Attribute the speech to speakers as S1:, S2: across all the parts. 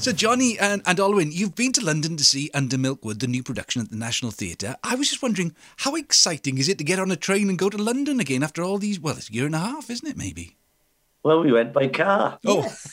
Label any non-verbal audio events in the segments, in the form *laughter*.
S1: So, Johnny and, and Olwyn, you've been to London to see Under Milkwood, the new production at the National Theatre. I was just wondering, how exciting is it to get on a train and go to London again after all these, well, it's a year and a half, isn't it, maybe? Oh,
S2: Well, we went
S1: *laughs*
S2: by car.
S1: Yes.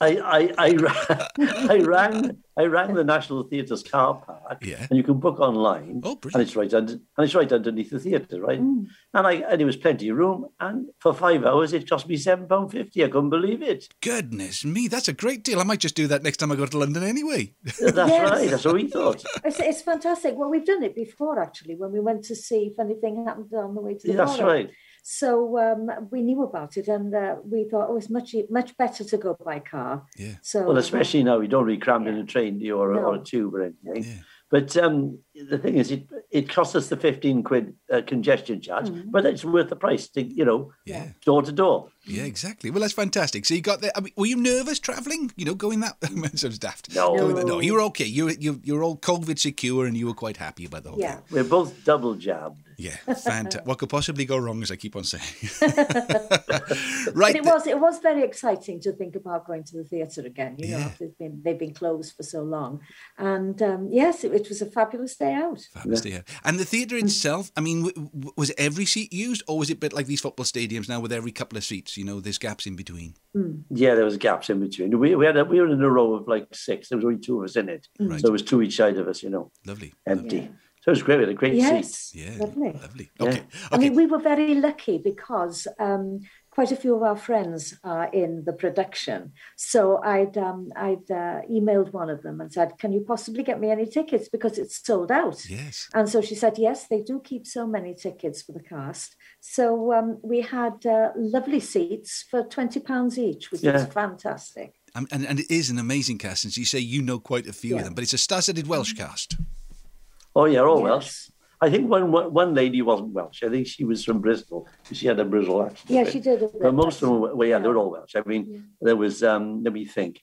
S2: I, I, I, ra- *laughs* I rang I rang the National Theatre's car park,
S1: Yeah.
S2: and you can book online.
S1: Oh, brilliant. Mm.
S2: And it's right under, and it's right underneath the theatre, right? And I and there was plenty of room, and for five hours it cost me seven pound fifty. I couldn't believe
S1: *laughs*
S2: it.
S1: Goodness me, that's a great deal. I might just do that next time I go to London anyway. *laughs*
S2: That's
S3: Yes.
S2: right. That's what we thought.
S3: It's, it's fantastic. Well, we've done it before actually when we went to see if anything happened on the way to the
S2: That's
S3: borough.
S2: right.
S3: So um, we knew about it, and uh, we thought, oh, it's much much better to go by car.
S1: Yeah.
S3: So
S2: Well, especially now, we don't really cram in a train do you, or, a or a
S3: No.
S2: tube or anything.
S1: Yeah.
S2: But um, the thing is, it, it cost us the 15 quid uh, congestion charge, but it's worth the price to, you know,
S1: Mm. Yeah.
S2: door to door.
S1: Yeah, exactly. Well, that's fantastic. So you got there. I mean, were you nervous travelling? You know, going that *laughs* sounds daft.
S2: No.
S1: Going that- no, you were okay. You were- you you're all COVID secure, and you were quite happy about the whole
S3: yeah.
S1: thing.
S2: We're both double jabbed.
S1: Yeah, fantastic. what could possibly go wrong, as I keep on saying.
S3: But
S1: right.
S3: it was it was very exciting to think about going to the theatre again. You know,
S1: Yeah.
S3: after they've been they've been closed for so long, and um, yes, it, it was a fabulous day out.
S1: Fabulous to hear. And the theatre itself, I mean, w- w- was every seat used, or was it a bit like these football stadiums now with every couple of seats, you know, there's gaps in between?
S2: Yeah, there was gaps in between. We, we had a, we were in a row of like six. There was only two of us in it,
S1: Right.
S2: so there was two each side of us. You know,
S1: Lovely.
S2: empty.
S3: Yeah.
S2: So it was great. We had a great seat.
S3: Yes,
S1: Yeah.
S3: lovely.
S1: Lovely.
S2: Yeah.
S1: Okay. Okay.
S3: I mean, we were very lucky because um, quite a few of our friends are in the production. So I'd um, I'd uh, emailed one of them and said, "Can you possibly get me any tickets because it's sold out?"
S1: yes.
S3: And so she said, yes, they do keep so many tickets for the cast. So um, we had uh, lovely seats for £20 each, which was
S2: Yeah.
S3: fantastic.
S1: Um, and, and it is an amazing cast. And so you say you know quite a few of
S3: Yeah.
S1: them, but it's a star studded Welsh cast.
S2: Oh yeah, all Welsh.
S3: Yes.
S2: I think one one one lady wasn't Welsh. I think she was from Bristol. She had a Bristol accent.
S3: Yeah, she did. a bit.
S2: But most of them, were- well, yeah, they were
S3: Yeah.
S2: all Welsh. I mean, there was. um Let me think.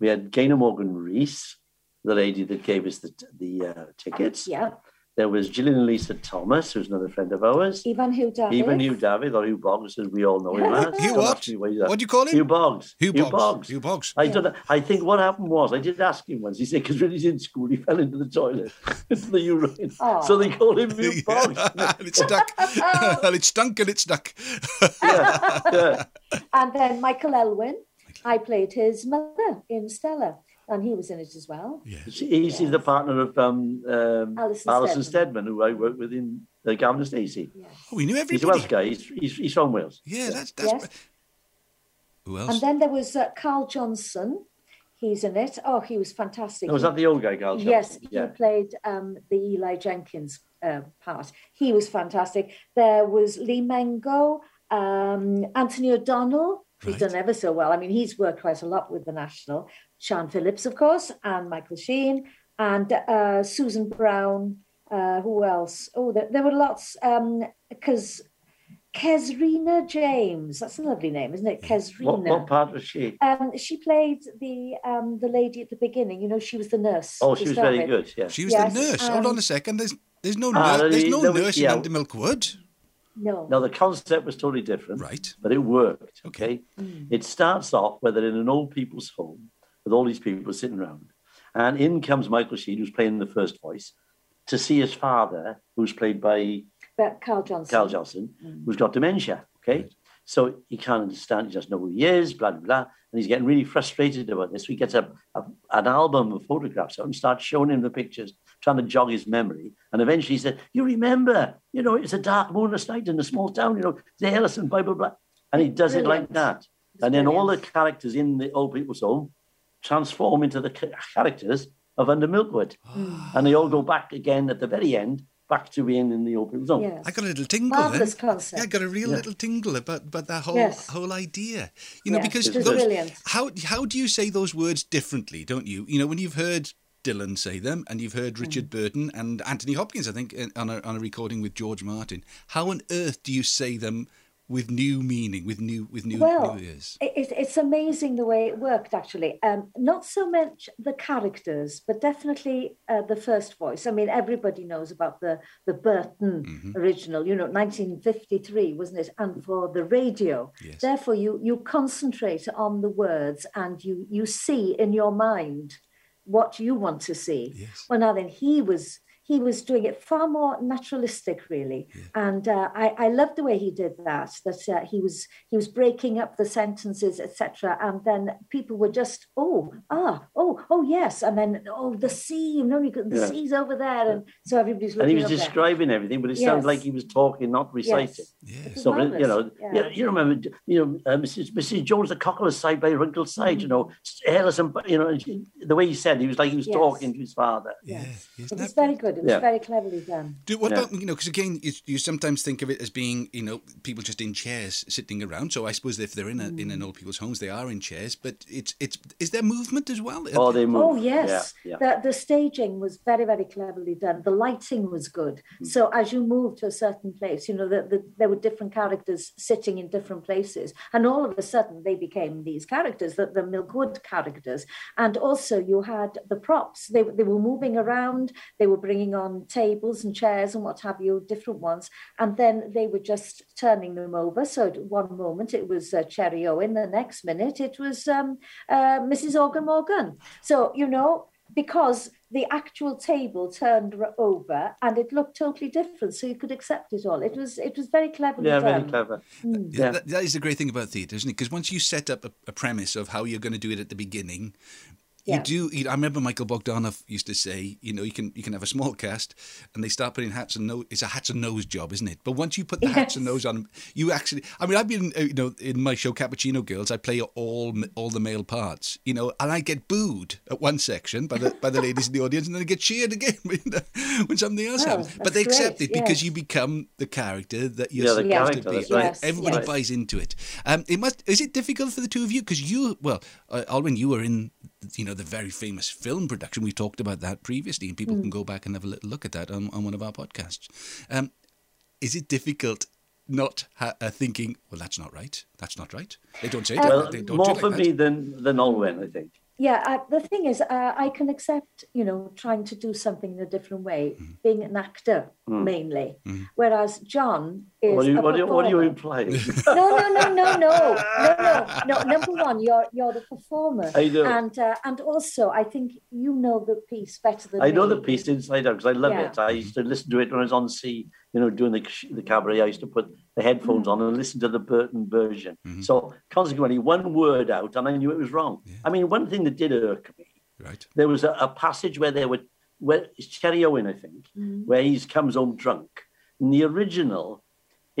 S2: We had Gaynor Morgan Reese, the lady that gave us the the uh, tickets.
S3: Yeah.
S2: There was Gillian and Lisa Thomas, who's another friend of ours.
S3: Ivan Hugh Davies.
S2: Even Hugh David or Hugh Boggs, as we all know him
S1: Hugh
S2: as.
S1: Hugh
S2: Don't
S1: what?
S2: ask me he's at.
S1: What do you call him?
S2: Hugh Boggs.
S1: Hugh Boggs.
S2: Hugh
S1: Hugh Boggs.
S2: I don't. know- I think what happened was I did ask him once. He said because when he's in school, he fell into the toilet, *laughs* into the urine.
S3: Oh.
S2: So they called him
S1: *laughs*
S2: Hugh Boggs.
S1: and it stuck. *laughs* and it stunk and it stuck.
S2: Yeah, yeah.
S3: And then Michael Elwyn. I played his mother in Stella, and he was in it as well.
S1: Yes.
S2: He's the partner of um, um,
S3: Alison
S2: Alison, Steadman, who I worked with in the Gavin and Stacey.
S1: Oh, we knew
S2: He's a Welsh
S1: everybody.
S2: guy. He's, he's, he's from Wales.
S1: Yeah, that's that's.
S3: Yes.
S1: Who
S3: And
S1: else?
S3: then there was uh, Carl Johnson. He's in it. Oh, he was fantastic.
S2: Oh, was that the old guy, Carl?
S3: Yes,
S2: Johnson?
S3: he
S2: Yeah.
S3: played um, the Eli Jenkins uh, part. He was fantastic. There was Lee Mengo, um, Anthony O'Donnell. He's
S1: Right.
S3: done ever so well. I mean, he's worked quite a lot with the National. Sean Phillips, of course, and Michael Sheen, and uh, Susan Brown. Uh, who else? Oh, there, there were lots. um, Because Kesrina James, that's a lovely name, isn't it? Kesrina.
S2: What, what part was she?
S3: Um, she played the um, the lady at the beginning. You know, she was the nurse.
S2: Oh, she
S3: to
S2: was
S3: start
S2: very
S3: with.
S2: good. Yeah.
S1: She was
S3: yes,
S1: the nurse. Hold
S3: um,
S1: on a second. There's there's no
S2: Ah,
S1: nurse. There's
S2: there-
S1: no
S2: there was-
S1: nurse
S2: yeah.
S1: in Undermilk Wood.
S3: No.
S2: Now the concept was totally different,
S1: Right.
S2: But it worked.
S1: Okay.
S2: Okay, it starts off where they're in an old people's home with all these people sitting around, and in comes Michael Sheen, who's playing the first voice, to see his father, who's played by
S3: But Carl Johnson.
S2: Carl Johnson, who's got dementia. Okay, so he can't understand. He doesn't know who he is. Blah blah blah, and he's getting really frustrated about this. So he gets a, a an album of photographs out and starts showing him the pictures, trying to jog his memory. And eventually he said, "You remember? You know, it's a dark moonless night in a small town. You know, the Ellison, blah blah blah." And he does it like
S3: Brilliant.
S2: that. And then all the characters in the old people's home transform into the ca- characters of Under Milkwood,
S3: Hmm.
S1: Ah,
S2: and they all go back again at the very end. Back to being in the old people's home.
S3: Yes.
S1: I got a little tingle
S3: Marvelous
S1: then.
S3: concept.
S1: Yeah, I got a real little tingle about, about that whole
S3: Yes.
S1: whole idea. You know,
S3: Yeah,
S1: because
S3: it was
S1: those,
S3: brilliant.
S1: how how do you say those words differently, don't you? You know, when you've heard Dylan say them, and you've heard Richard
S3: Hmm.
S1: Burton eh, and Anthony Hopkins, I think, in- on a, on a recording with George Martin. How on earth do you say them with new meaning, with new with new,
S3: Well,
S1: new ears.
S3: it, it- it's amazing the way it worked, actually. Um, not so much the characters, but definitely uh, the first voice. I mean, everybody knows about the, the Burton original, you know, 1953, wasn't it? And for the radio.
S1: Yes.
S3: Therefore, you, you concentrate on the words and you, you see in your mind what you want to see.
S1: Yes.
S3: Well, now then, he was he was doing it far more naturalistic, really, and uh, I I loved the way he did that. That uh, he was he was breaking up the sentences, etc., and then people were just oh ah oh oh yes, and then oh the sea, you know, you could, the
S2: Yeah.
S3: sea's over there, and so everybody's
S2: And
S3: looking.
S2: he was
S3: over there.
S2: describing everything, but it sounds
S3: Yes.
S2: like he was talking, not reciting.
S1: Yes.
S2: So but, you know,
S3: Marvellous,
S2: yeah.
S3: yeah.
S2: you remember, you know, uh, Mrs. Mrs. Jones, the cockler's side by wrinkled side, you know, hairless and you know, and she- the way he said, he was like he was
S3: Mm-hmm. Yes.
S2: talking to his father.
S1: Yes. yes.
S3: It was
S1: That-
S3: very good. It was
S2: Yeah.
S3: very cleverly done.
S1: Do, what
S2: Yeah.
S1: about you know? Because again, you, you sometimes think of it as being you know people just in chairs sitting around. So I suppose if they're in a, in an old people's homes, they are in chairs. But it's it's is there movement as well?
S2: Oh, they move.
S3: Oh yes,
S2: Yeah, yeah.
S3: The, the staging was very very cleverly done. The lighting was good. So as you moved to a certain place, you know that the, there were different characters sitting in different places, and all of a sudden they became these characters, the, the Milkwood characters. And also you had the props. They they were moving around. They were bringing on tables and chairs and what have you, different ones, and then they were just turning them over. So at one moment it was uh, Cherry Owen, the next minute it was um, uh, Mrs. Organ Morgan. So, you know, because the actual table turned r- over and it looked totally different, so you could accept it all. It was it was very cleverly
S2: Yeah,
S3: done.
S2: very clever.
S1: Yeah.
S2: Yeah.
S1: That, that is the great thing about theatre, isn't it? Because once you set up a, a premise of how you're going to do it at the beginning,
S3: Yeah.
S1: you do. You, I remember Michael Bogdanov used to say, you know, you can you can have a small cast, and they start putting hats and nose. It's a hats and nose job, isn't it? But once you put the hats and
S3: Yes.
S1: nose on, you actually. I mean, I've been, uh, you know, in my show Cappuccino Girls, I play all m- all the male parts, you know, and I get booed at one section by the by the ladies in the audience, and then I get cheered again *laughs* when something else
S3: Wow,
S1: happens. But
S3: Oh, that's
S1: they accept
S3: great,
S1: it because
S3: yes.
S1: you become the character that you're
S2: Yeah, the
S1: supposed
S2: character,
S1: to be.
S2: that's right.
S3: Yes,
S1: Everybody
S3: yes.
S1: buys into it. Um, it must. Is it difficult for the two of you? Because you, well, uh, Alwyn, you were in, you know, the very famous film production. We talked about that previously, and
S3: Hmm.
S1: people can go back and have a little look at that on, on one of our podcasts. Um, is it difficult not ha- uh, thinking? Well, that's not right. That's not right. They don't say it. like
S2: Well,
S1: that, they don't do
S2: more
S1: it
S2: for
S1: like
S2: me
S1: That.
S2: than than Olwen, I think.
S3: Yeah, I, the thing is, uh, I can accept, you know, trying to do something in a different way,
S2: Mm-hmm.
S3: being an actor mainly, whereas John is.
S2: What do you
S3: a
S2: what do you, what do you
S3: performer.
S1: *laughs*
S2: imply? *laughs*
S3: no, no, no, no, no, no, no, no. Number one, you're you're the performer,
S2: I know.
S3: and uh, and also I think you know the piece better than
S2: I know
S3: me.
S2: the piece inside out because I love
S3: Yeah.
S2: it. I used to listen to it when I was on sea, you know, doing the, the cabaret. I used to put the headphones on and listen to the Burton version. So consequently, one word out, and I knew it was wrong. I mean, one thing that did irk me,
S1: Right.
S2: there was a, a passage where there were, where it's Cherry Owen, I think,
S3: Mm-hmm.
S2: where he comes home drunk. In the original,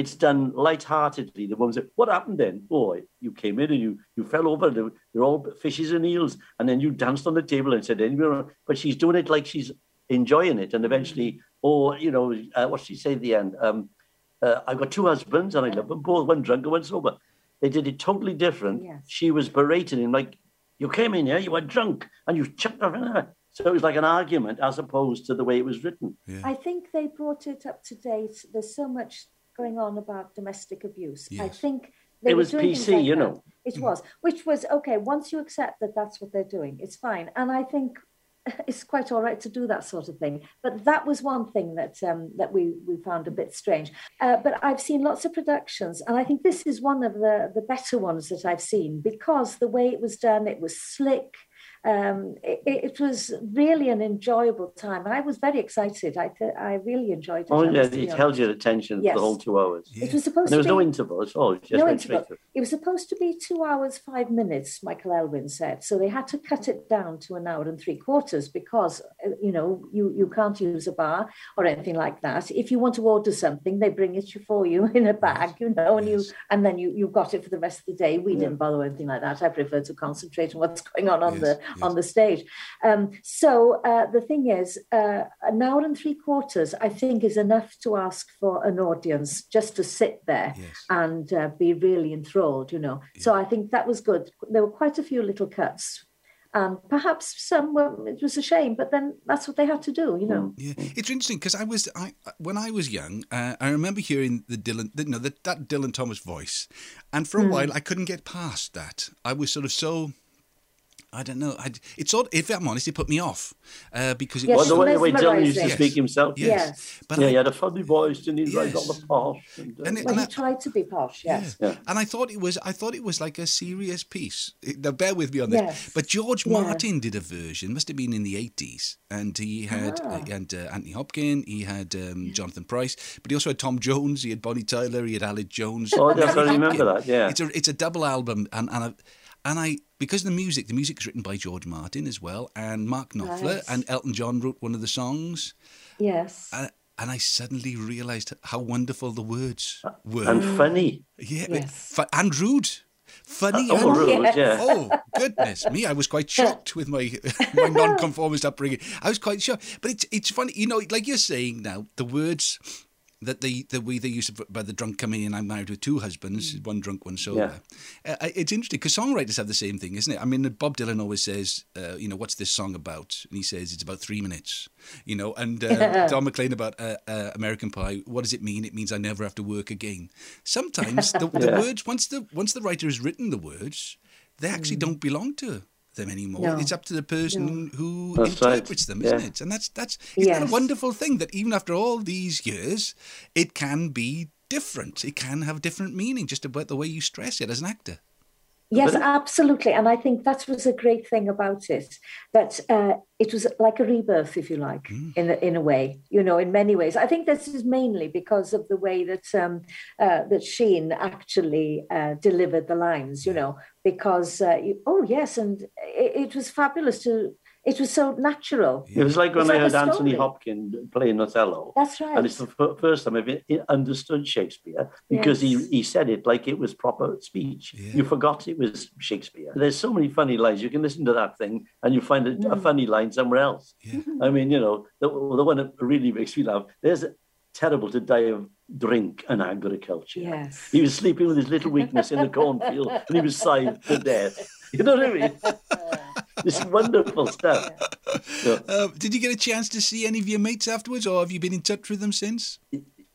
S2: it's done lightheartedly. The woman said, "What happened then? Oh, you came in and you you fell over. They're, they're all fishes and eels, and then you danced on the table and said anyone." But she's doing it like she's enjoying it, and eventually, oh, you know, uh, what she say at the end? Um, uh, I've got two husbands, and I love them both. One drunk and one sober. They did it totally different.
S3: Yes.
S2: She was berating him like, "You came in here, you were drunk, and you chucked off." *laughs* So it was like an argument as opposed to the way it was written.
S1: Yeah.
S3: I think they brought it up to date. There's so much going on about domestic abuse. I
S1: Yes.
S3: think they
S2: It
S3: were
S2: was
S3: doing things
S2: PC,
S3: like
S2: you
S3: that.
S2: know.
S3: It was, which was okay. Once you accept that that's what they're doing, it's fine. And I think *laughs* it's quite all right to do that sort of thing. But that was one thing that um, that we we found a bit strange. Uh, but I've seen lots of productions, and I think this is one of the the better ones that I've seen because the way it was done, it was slick. Um, it, it was really an enjoyable time. I was very excited. I th- I really enjoyed it.
S2: Oh
S3: I
S2: yeah,
S3: must
S2: it
S3: admit.
S2: held your attention for
S3: Yes.
S2: the whole two hours.
S1: Yeah.
S3: It was supposed
S2: There
S3: to
S2: was
S3: be
S2: no interval. It's all just
S3: no
S2: went straight
S3: interval.
S2: through.
S3: It was supposed to be two hours, five minutes, Michael Elwyn said. So they had to cut it down to an hour and three quarters because, uh, you know, you, you can't use a bar or anything like that. If you want to order something, they bring it for you *laughs* in a bag, you know, and
S1: Yes.
S3: you and then you, you've got it for the rest of the day. We didn't bother with anything like that. I prefer to concentrate on what's going on on
S1: Yes,
S3: the
S1: yes.
S3: on the stage. Um, so uh, the thing is, uh, an hour and three quarters, I think, is enough to ask for an audience just to sit there
S1: Yes.
S3: and uh, be really enthralled, you know. So I think that was good. There were quite a few little cuts. and perhaps some were. It was a shame, but then that's what they had to do, you know.
S1: Yeah,
S2: Hmm.
S1: it's interesting because I was I when I was young, uh, I remember hearing the Dylan, the, no, the, that Dylan Thomas voice, and
S2: Hmm.
S1: for a while I couldn't get past that. I was sort of so. I don't know. I, it sort, if I'm honest, it put me off uh, because it
S3: Yes,
S1: was.
S2: Well, the way, the way Dylan
S3: mesmerising.
S2: used to
S1: Yes.
S2: speak himself.
S1: Yes,
S3: Yes.
S1: but
S2: yeah,
S1: I,
S2: he had a funny voice, didn't he? Right
S1: Yes.
S2: on the posh. And, uh,
S1: And it-
S3: Well, he
S1: I-
S3: tried to be posh, yes.
S1: Yeah.
S2: Yeah.
S1: And I thought it was I thought it was like a serious piece. It- Now bear with me on this.
S3: Yes.
S1: But George
S3: Yeah.
S1: Martin did a version, must have been in the eighties, and he had
S3: Ah.
S1: uh, and uh, Anthony Hopkins, he had um, Jonathan Price, but he also had Tom Jones, he had Bonnie Tyler, he had Alec Jones.
S2: Oh, yes, I
S1: Anthony
S2: remember
S1: Hopkins.
S2: that, yeah.
S1: it's a it's a double album, and and I, and I because the music the music is written by George Martin as well, and Mark Knopfler
S3: Nice.
S1: and Elton John wrote one of the songs,
S3: Yes.
S1: and, and I suddenly realised how wonderful the words were.
S2: and funny.
S1: Yeah,
S3: Yes.
S1: fu- and rude. Funny
S2: Oh,
S1: and
S2: rude,
S3: yes.
S2: yeah.
S1: *laughs* Oh goodness me! I was quite shocked with my *laughs* my non-conformist upbringing. I was quite shocked, but it's it's funny, you know, like you're saying now, the words that they the way they used to by the drunk coming in. I'm married with two husbands,
S2: Mm.
S1: one drunk, one sober. Uh, I- it's interesting because songwriters have the same thing, isn't it? I mean, Bob Dylan always says, uh, you know, what's this song about? And he says it's about three minutes, you know. And
S2: *laughs*
S1: uh, Don McLean about uh, uh, American Pie. What does it mean? It means I never have to work again.
S2: *laughs*
S1: Sometimes the, the
S2: Yeah.
S1: words once the once the writer has written the words, they actually don't belong to them anymore.
S3: Hmm. No.
S1: It's up to the person who
S2: That's right.
S1: interprets them, isn't
S2: Yeah.
S1: it? And that's that's isn't that a
S3: Yes.
S1: wonderful thing that even after all these years, it can be different. It can have different meaning just about the way you stress it as an actor.
S3: Yes,
S2: But-
S3: absolutely. And I think that was a great thing about it, that uh, it was like a rebirth, if you like,
S2: Hmm.
S3: in, a, in a way, you know, in many ways. I think this is mainly because of the way that um, uh, that Sheen actually uh, delivered the lines, you know, because, uh, you, oh, yes, and it, it was fabulous to, it was so natural.
S2: It was like when
S3: It's
S2: I
S3: like a
S2: heard Anthony
S3: story.
S2: Hopkins playing Othello.
S3: That's right.
S2: And it's the f- first time I've i- understood Shakespeare because
S3: Yes.
S2: he, he said it like it was proper speech.
S1: Yeah.
S2: You forgot it was Shakespeare. There's so many funny lines. You can listen to that thing and you find a,
S3: Mm.
S2: a funny line somewhere else.
S1: Yeah.
S3: Mm-hmm.
S2: I mean, you know, the, the one that really makes me laugh. There's terrible to die of drink and agriculture.
S3: Yes.
S2: He was sleeping with his little weakness
S3: *laughs*
S2: in a cornfield and he was sighing to death. You know what I mean? This is wonderful stuff. So,
S1: Uh, did you get a chance to see any of your mates afterwards, or have you been in touch with them since?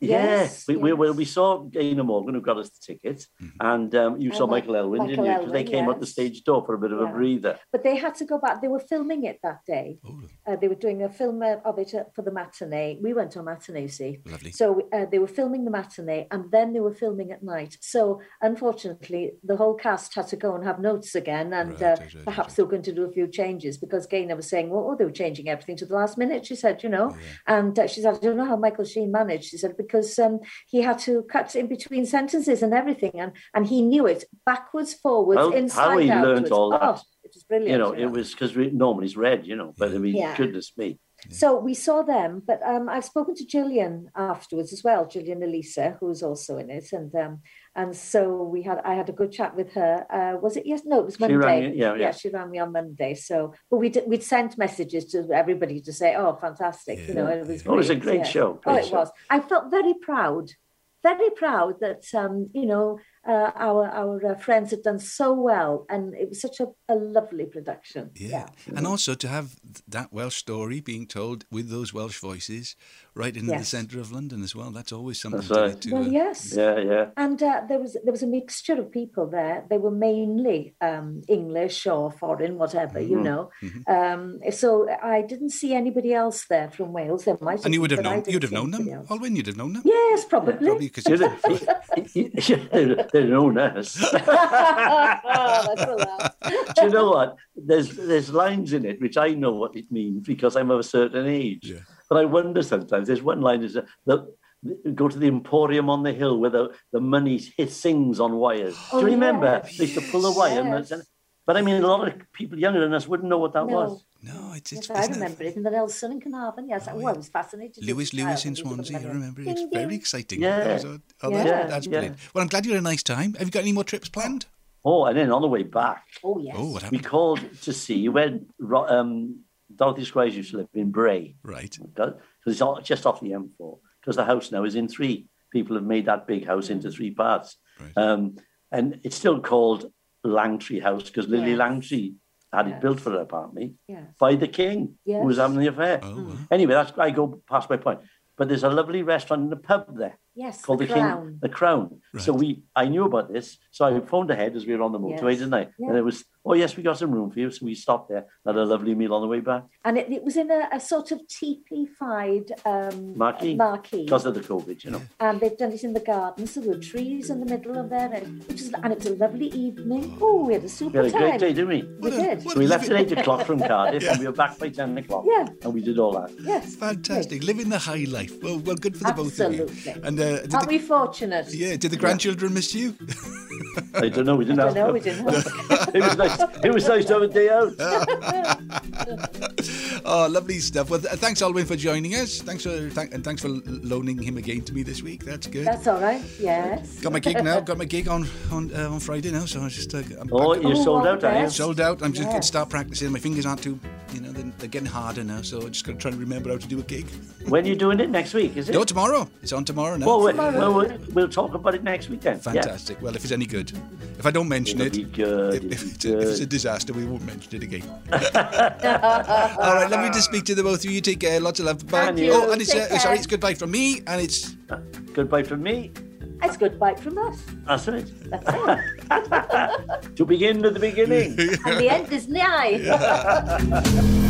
S2: Yes,
S3: Yes,
S2: we, We, well,
S3: yes.
S2: we saw Dana Morgan, who got us the tickets, and um, you saw
S3: And Mi-
S2: Michael Elwyn, didn't
S3: Michael
S2: you? 'Cause they
S3: Elwyn,
S2: came out the
S3: yes.
S2: stage door for a bit of a
S3: Yeah.
S2: breather.
S3: *laughs* But they had to go back. They were filming it that day.
S1: Oh,
S3: Uh, they were doing a film uh, of it uh, for the matinee. We went to a matinee, you see.
S1: Lovely.
S3: So uh, they were filming the matinee and then they were filming at night. So unfortunately, the whole cast had to go and have notes again. And
S1: Right,
S3: uh,
S1: right, right,
S3: perhaps
S1: right.
S3: they were going to do a few changes because Gaynor was saying, well, oh, they were changing everything to the last minute, she said, you know. And uh, she said, I don't know how Michael Sheen managed. She said, because um, he had to cut in between sentences and everything. And, and he knew it backwards, forwards,
S2: Well, how
S3: inside,
S2: he learnt
S3: outwards.
S2: all that.
S3: Oh, it was brilliant.
S2: You know,
S3: know.
S2: it was because normally it's red, you know, but I mean,
S3: Yeah.
S2: goodness me.
S3: So we saw them, but um, I've spoken to Gillian afterwards as well, Gillian Elisa, who was also in it, and um, and so we had I had a good chat with her. Uh, was it yes? No, it was
S2: She rang
S3: Monday.
S2: you- yeah, yeah.
S3: she rang me on Monday. So, but we did, we'd sent messages to everybody to say, oh, fantastic, you know, it was.
S2: Oh, it was a
S3: brilliant,
S2: great
S3: yeah.
S2: show,
S3: oh,
S2: great
S3: it
S2: show.
S3: was. I felt very proud, very proud that um, you know uh, our our uh, friends had done so well, and it was such a, a lovely production.
S1: Yeah. And also to have th- that Welsh story being told with those Welsh voices right in the
S3: Yes.
S1: centre of London as well. That's always something
S2: That's
S1: to,
S2: right.
S1: to,
S3: Well,
S1: uh,
S3: yes.
S2: Yeah, yeah.
S3: And uh, there was there was a mixture of people there. They were mainly um, English or foreign, whatever
S1: Mm-hmm.
S3: you know. Um, so I didn't see anybody else there from Wales. There might, have
S1: And you would
S3: been,
S1: have
S3: but I
S1: known
S3: didn't
S1: you'd have
S3: see
S1: known them.
S3: anybody else.
S1: Alwyn, you'd have known them.
S3: Yes, probably.
S1: Probably because
S2: You know, *laughs* they're, they're known as.
S3: *laughs* Oh, *laughs* that's
S1: *laughs*
S3: a laugh.
S2: Do you know what? There's there's lines in it which I know what it means because I'm of a certain age.
S1: Yeah.
S2: But I wonder sometimes. There's one line is uh, the, the- go to the Emporium on the hill where the, the money hit, sings on wires. Do
S3: Oh,
S2: you remember?
S3: yes.
S2: They used to pull the wire. and
S3: Yes.
S2: that's- but I mean, a lot of people younger than us wouldn't know what that
S3: No.
S2: was.
S1: No, it's it's
S3: Yes, I
S1: isn't it-
S3: remember it in the Nelson and Carnarvon. Yes,
S1: Oh,
S3: oh,
S1: yeah.
S3: I was fascinated.
S1: Lewis Lewis in Swansea, I remember it. It's
S3: Ding,
S1: very
S3: ding.
S1: exciting.
S2: Yeah.
S1: That was a- oh,
S3: Yeah.
S1: that's, that's
S2: Yeah.
S1: brilliant. Well, I'm glad you had a nice time. Have you got any more trips planned?
S2: Oh, and then on the way back,
S3: Oh yes.
S1: Oh, what
S2: we
S1: happened?
S2: called to see where Ro- um, Dorothy Squires used to live in Bray.
S1: Right.
S2: because it's all, just off the M4. Because the house now is in three. People have made that big house into three parts,
S1: Right.
S2: um, and it's still called Langtree House because Lily
S3: Yes.
S2: Langtree had it
S3: Yes.
S2: built for her, apparently,
S3: Yes.
S2: by the king who was
S3: Yes.
S2: having the
S3: Mm.
S2: affair.
S1: Oh, wow.
S2: Anyway, that's I go past my point. But there's a lovely restaurant and a pub there
S3: Yes.
S2: called the, King,
S3: Crown.
S2: the Crown. So
S1: Right.
S2: we, I knew about this, so I phoned ahead as we were on the motorway,
S3: Yes.
S2: didn't I?
S3: Yeah.
S2: And it was, oh yes, we got some room for you, so we stopped there, had a lovely meal on the way back
S3: And it, it was in a, a sort of teepee-fied um,
S2: Marquee.
S3: marquee.
S2: because of the COVID, you know.
S3: and Um, they've done it in the garden, so there were trees in the middle of there, and it was, and it was a lovely evening. Oh, we had a
S2: We
S3: super
S2: had a
S3: time.
S2: great day, didn't we?
S3: We
S1: What a-
S3: did.
S1: what
S2: So we left at eight o'clock from Cardiff,
S1: Yeah.
S2: and we were back by ten o'clock.
S3: Yeah.
S2: and we did all that.
S3: Yes,
S1: Fantastic. Living the high life. Well, well, good for the both of you.
S3: Absolutely.
S1: And uh, did
S3: Aren't
S1: the,
S3: we fortunate?
S1: yeah, did the grandchildren miss you? *laughs*
S2: I don't know. We didn't
S3: I
S2: have.
S3: don't know, we didn't.
S2: *laughs* it was nice. It was nice to have a day out.
S1: oh, lovely stuff. Well, th- thanks, Alwyn, for joining us. Thanks for thank and thanks for loaning him again to me this week. That's good.
S3: That's all right. Yes.
S1: got my gig now. Got my gig on on uh, on Friday now. So I just uh, I'm
S2: Oh,
S1: back-
S2: you're
S3: Oh,
S2: sold
S3: well,
S2: out, are you?
S3: yes.
S1: sold out. I'm just going to
S3: Yes.
S1: start practicing. My fingers aren't too, you know, they're, they're getting harder now. So I'm just going to try and remember how to do a gig.
S2: When are you doing it next week? Is it?
S1: No, tomorrow. It's on tomorrow now.
S2: well, we,
S3: Tomorrow.
S2: well, we'll, we'll talk about it next week then. Yeah.
S1: Fantastic. Well, if it's any good, if I don't mention
S2: It'll
S1: it,
S2: be good,
S1: if,
S2: it'll
S1: if
S2: be
S1: it's, if it's a
S2: good.
S1: disaster, we won't mention it
S2: *laughs*
S1: again. All right, lovely to speak to the both of you. Take care. Lots of love. Bye.
S2: Thank you.
S1: Oh, and it's
S3: Take
S1: uh,
S3: care.
S1: sorry, it's goodbye from me, and it's
S2: Goodbye from me.
S3: *laughs* That's a good bite
S1: *laughs*
S3: from us.
S2: That's it. *laughs* to begin with the beginning.
S3: And the end is nigh.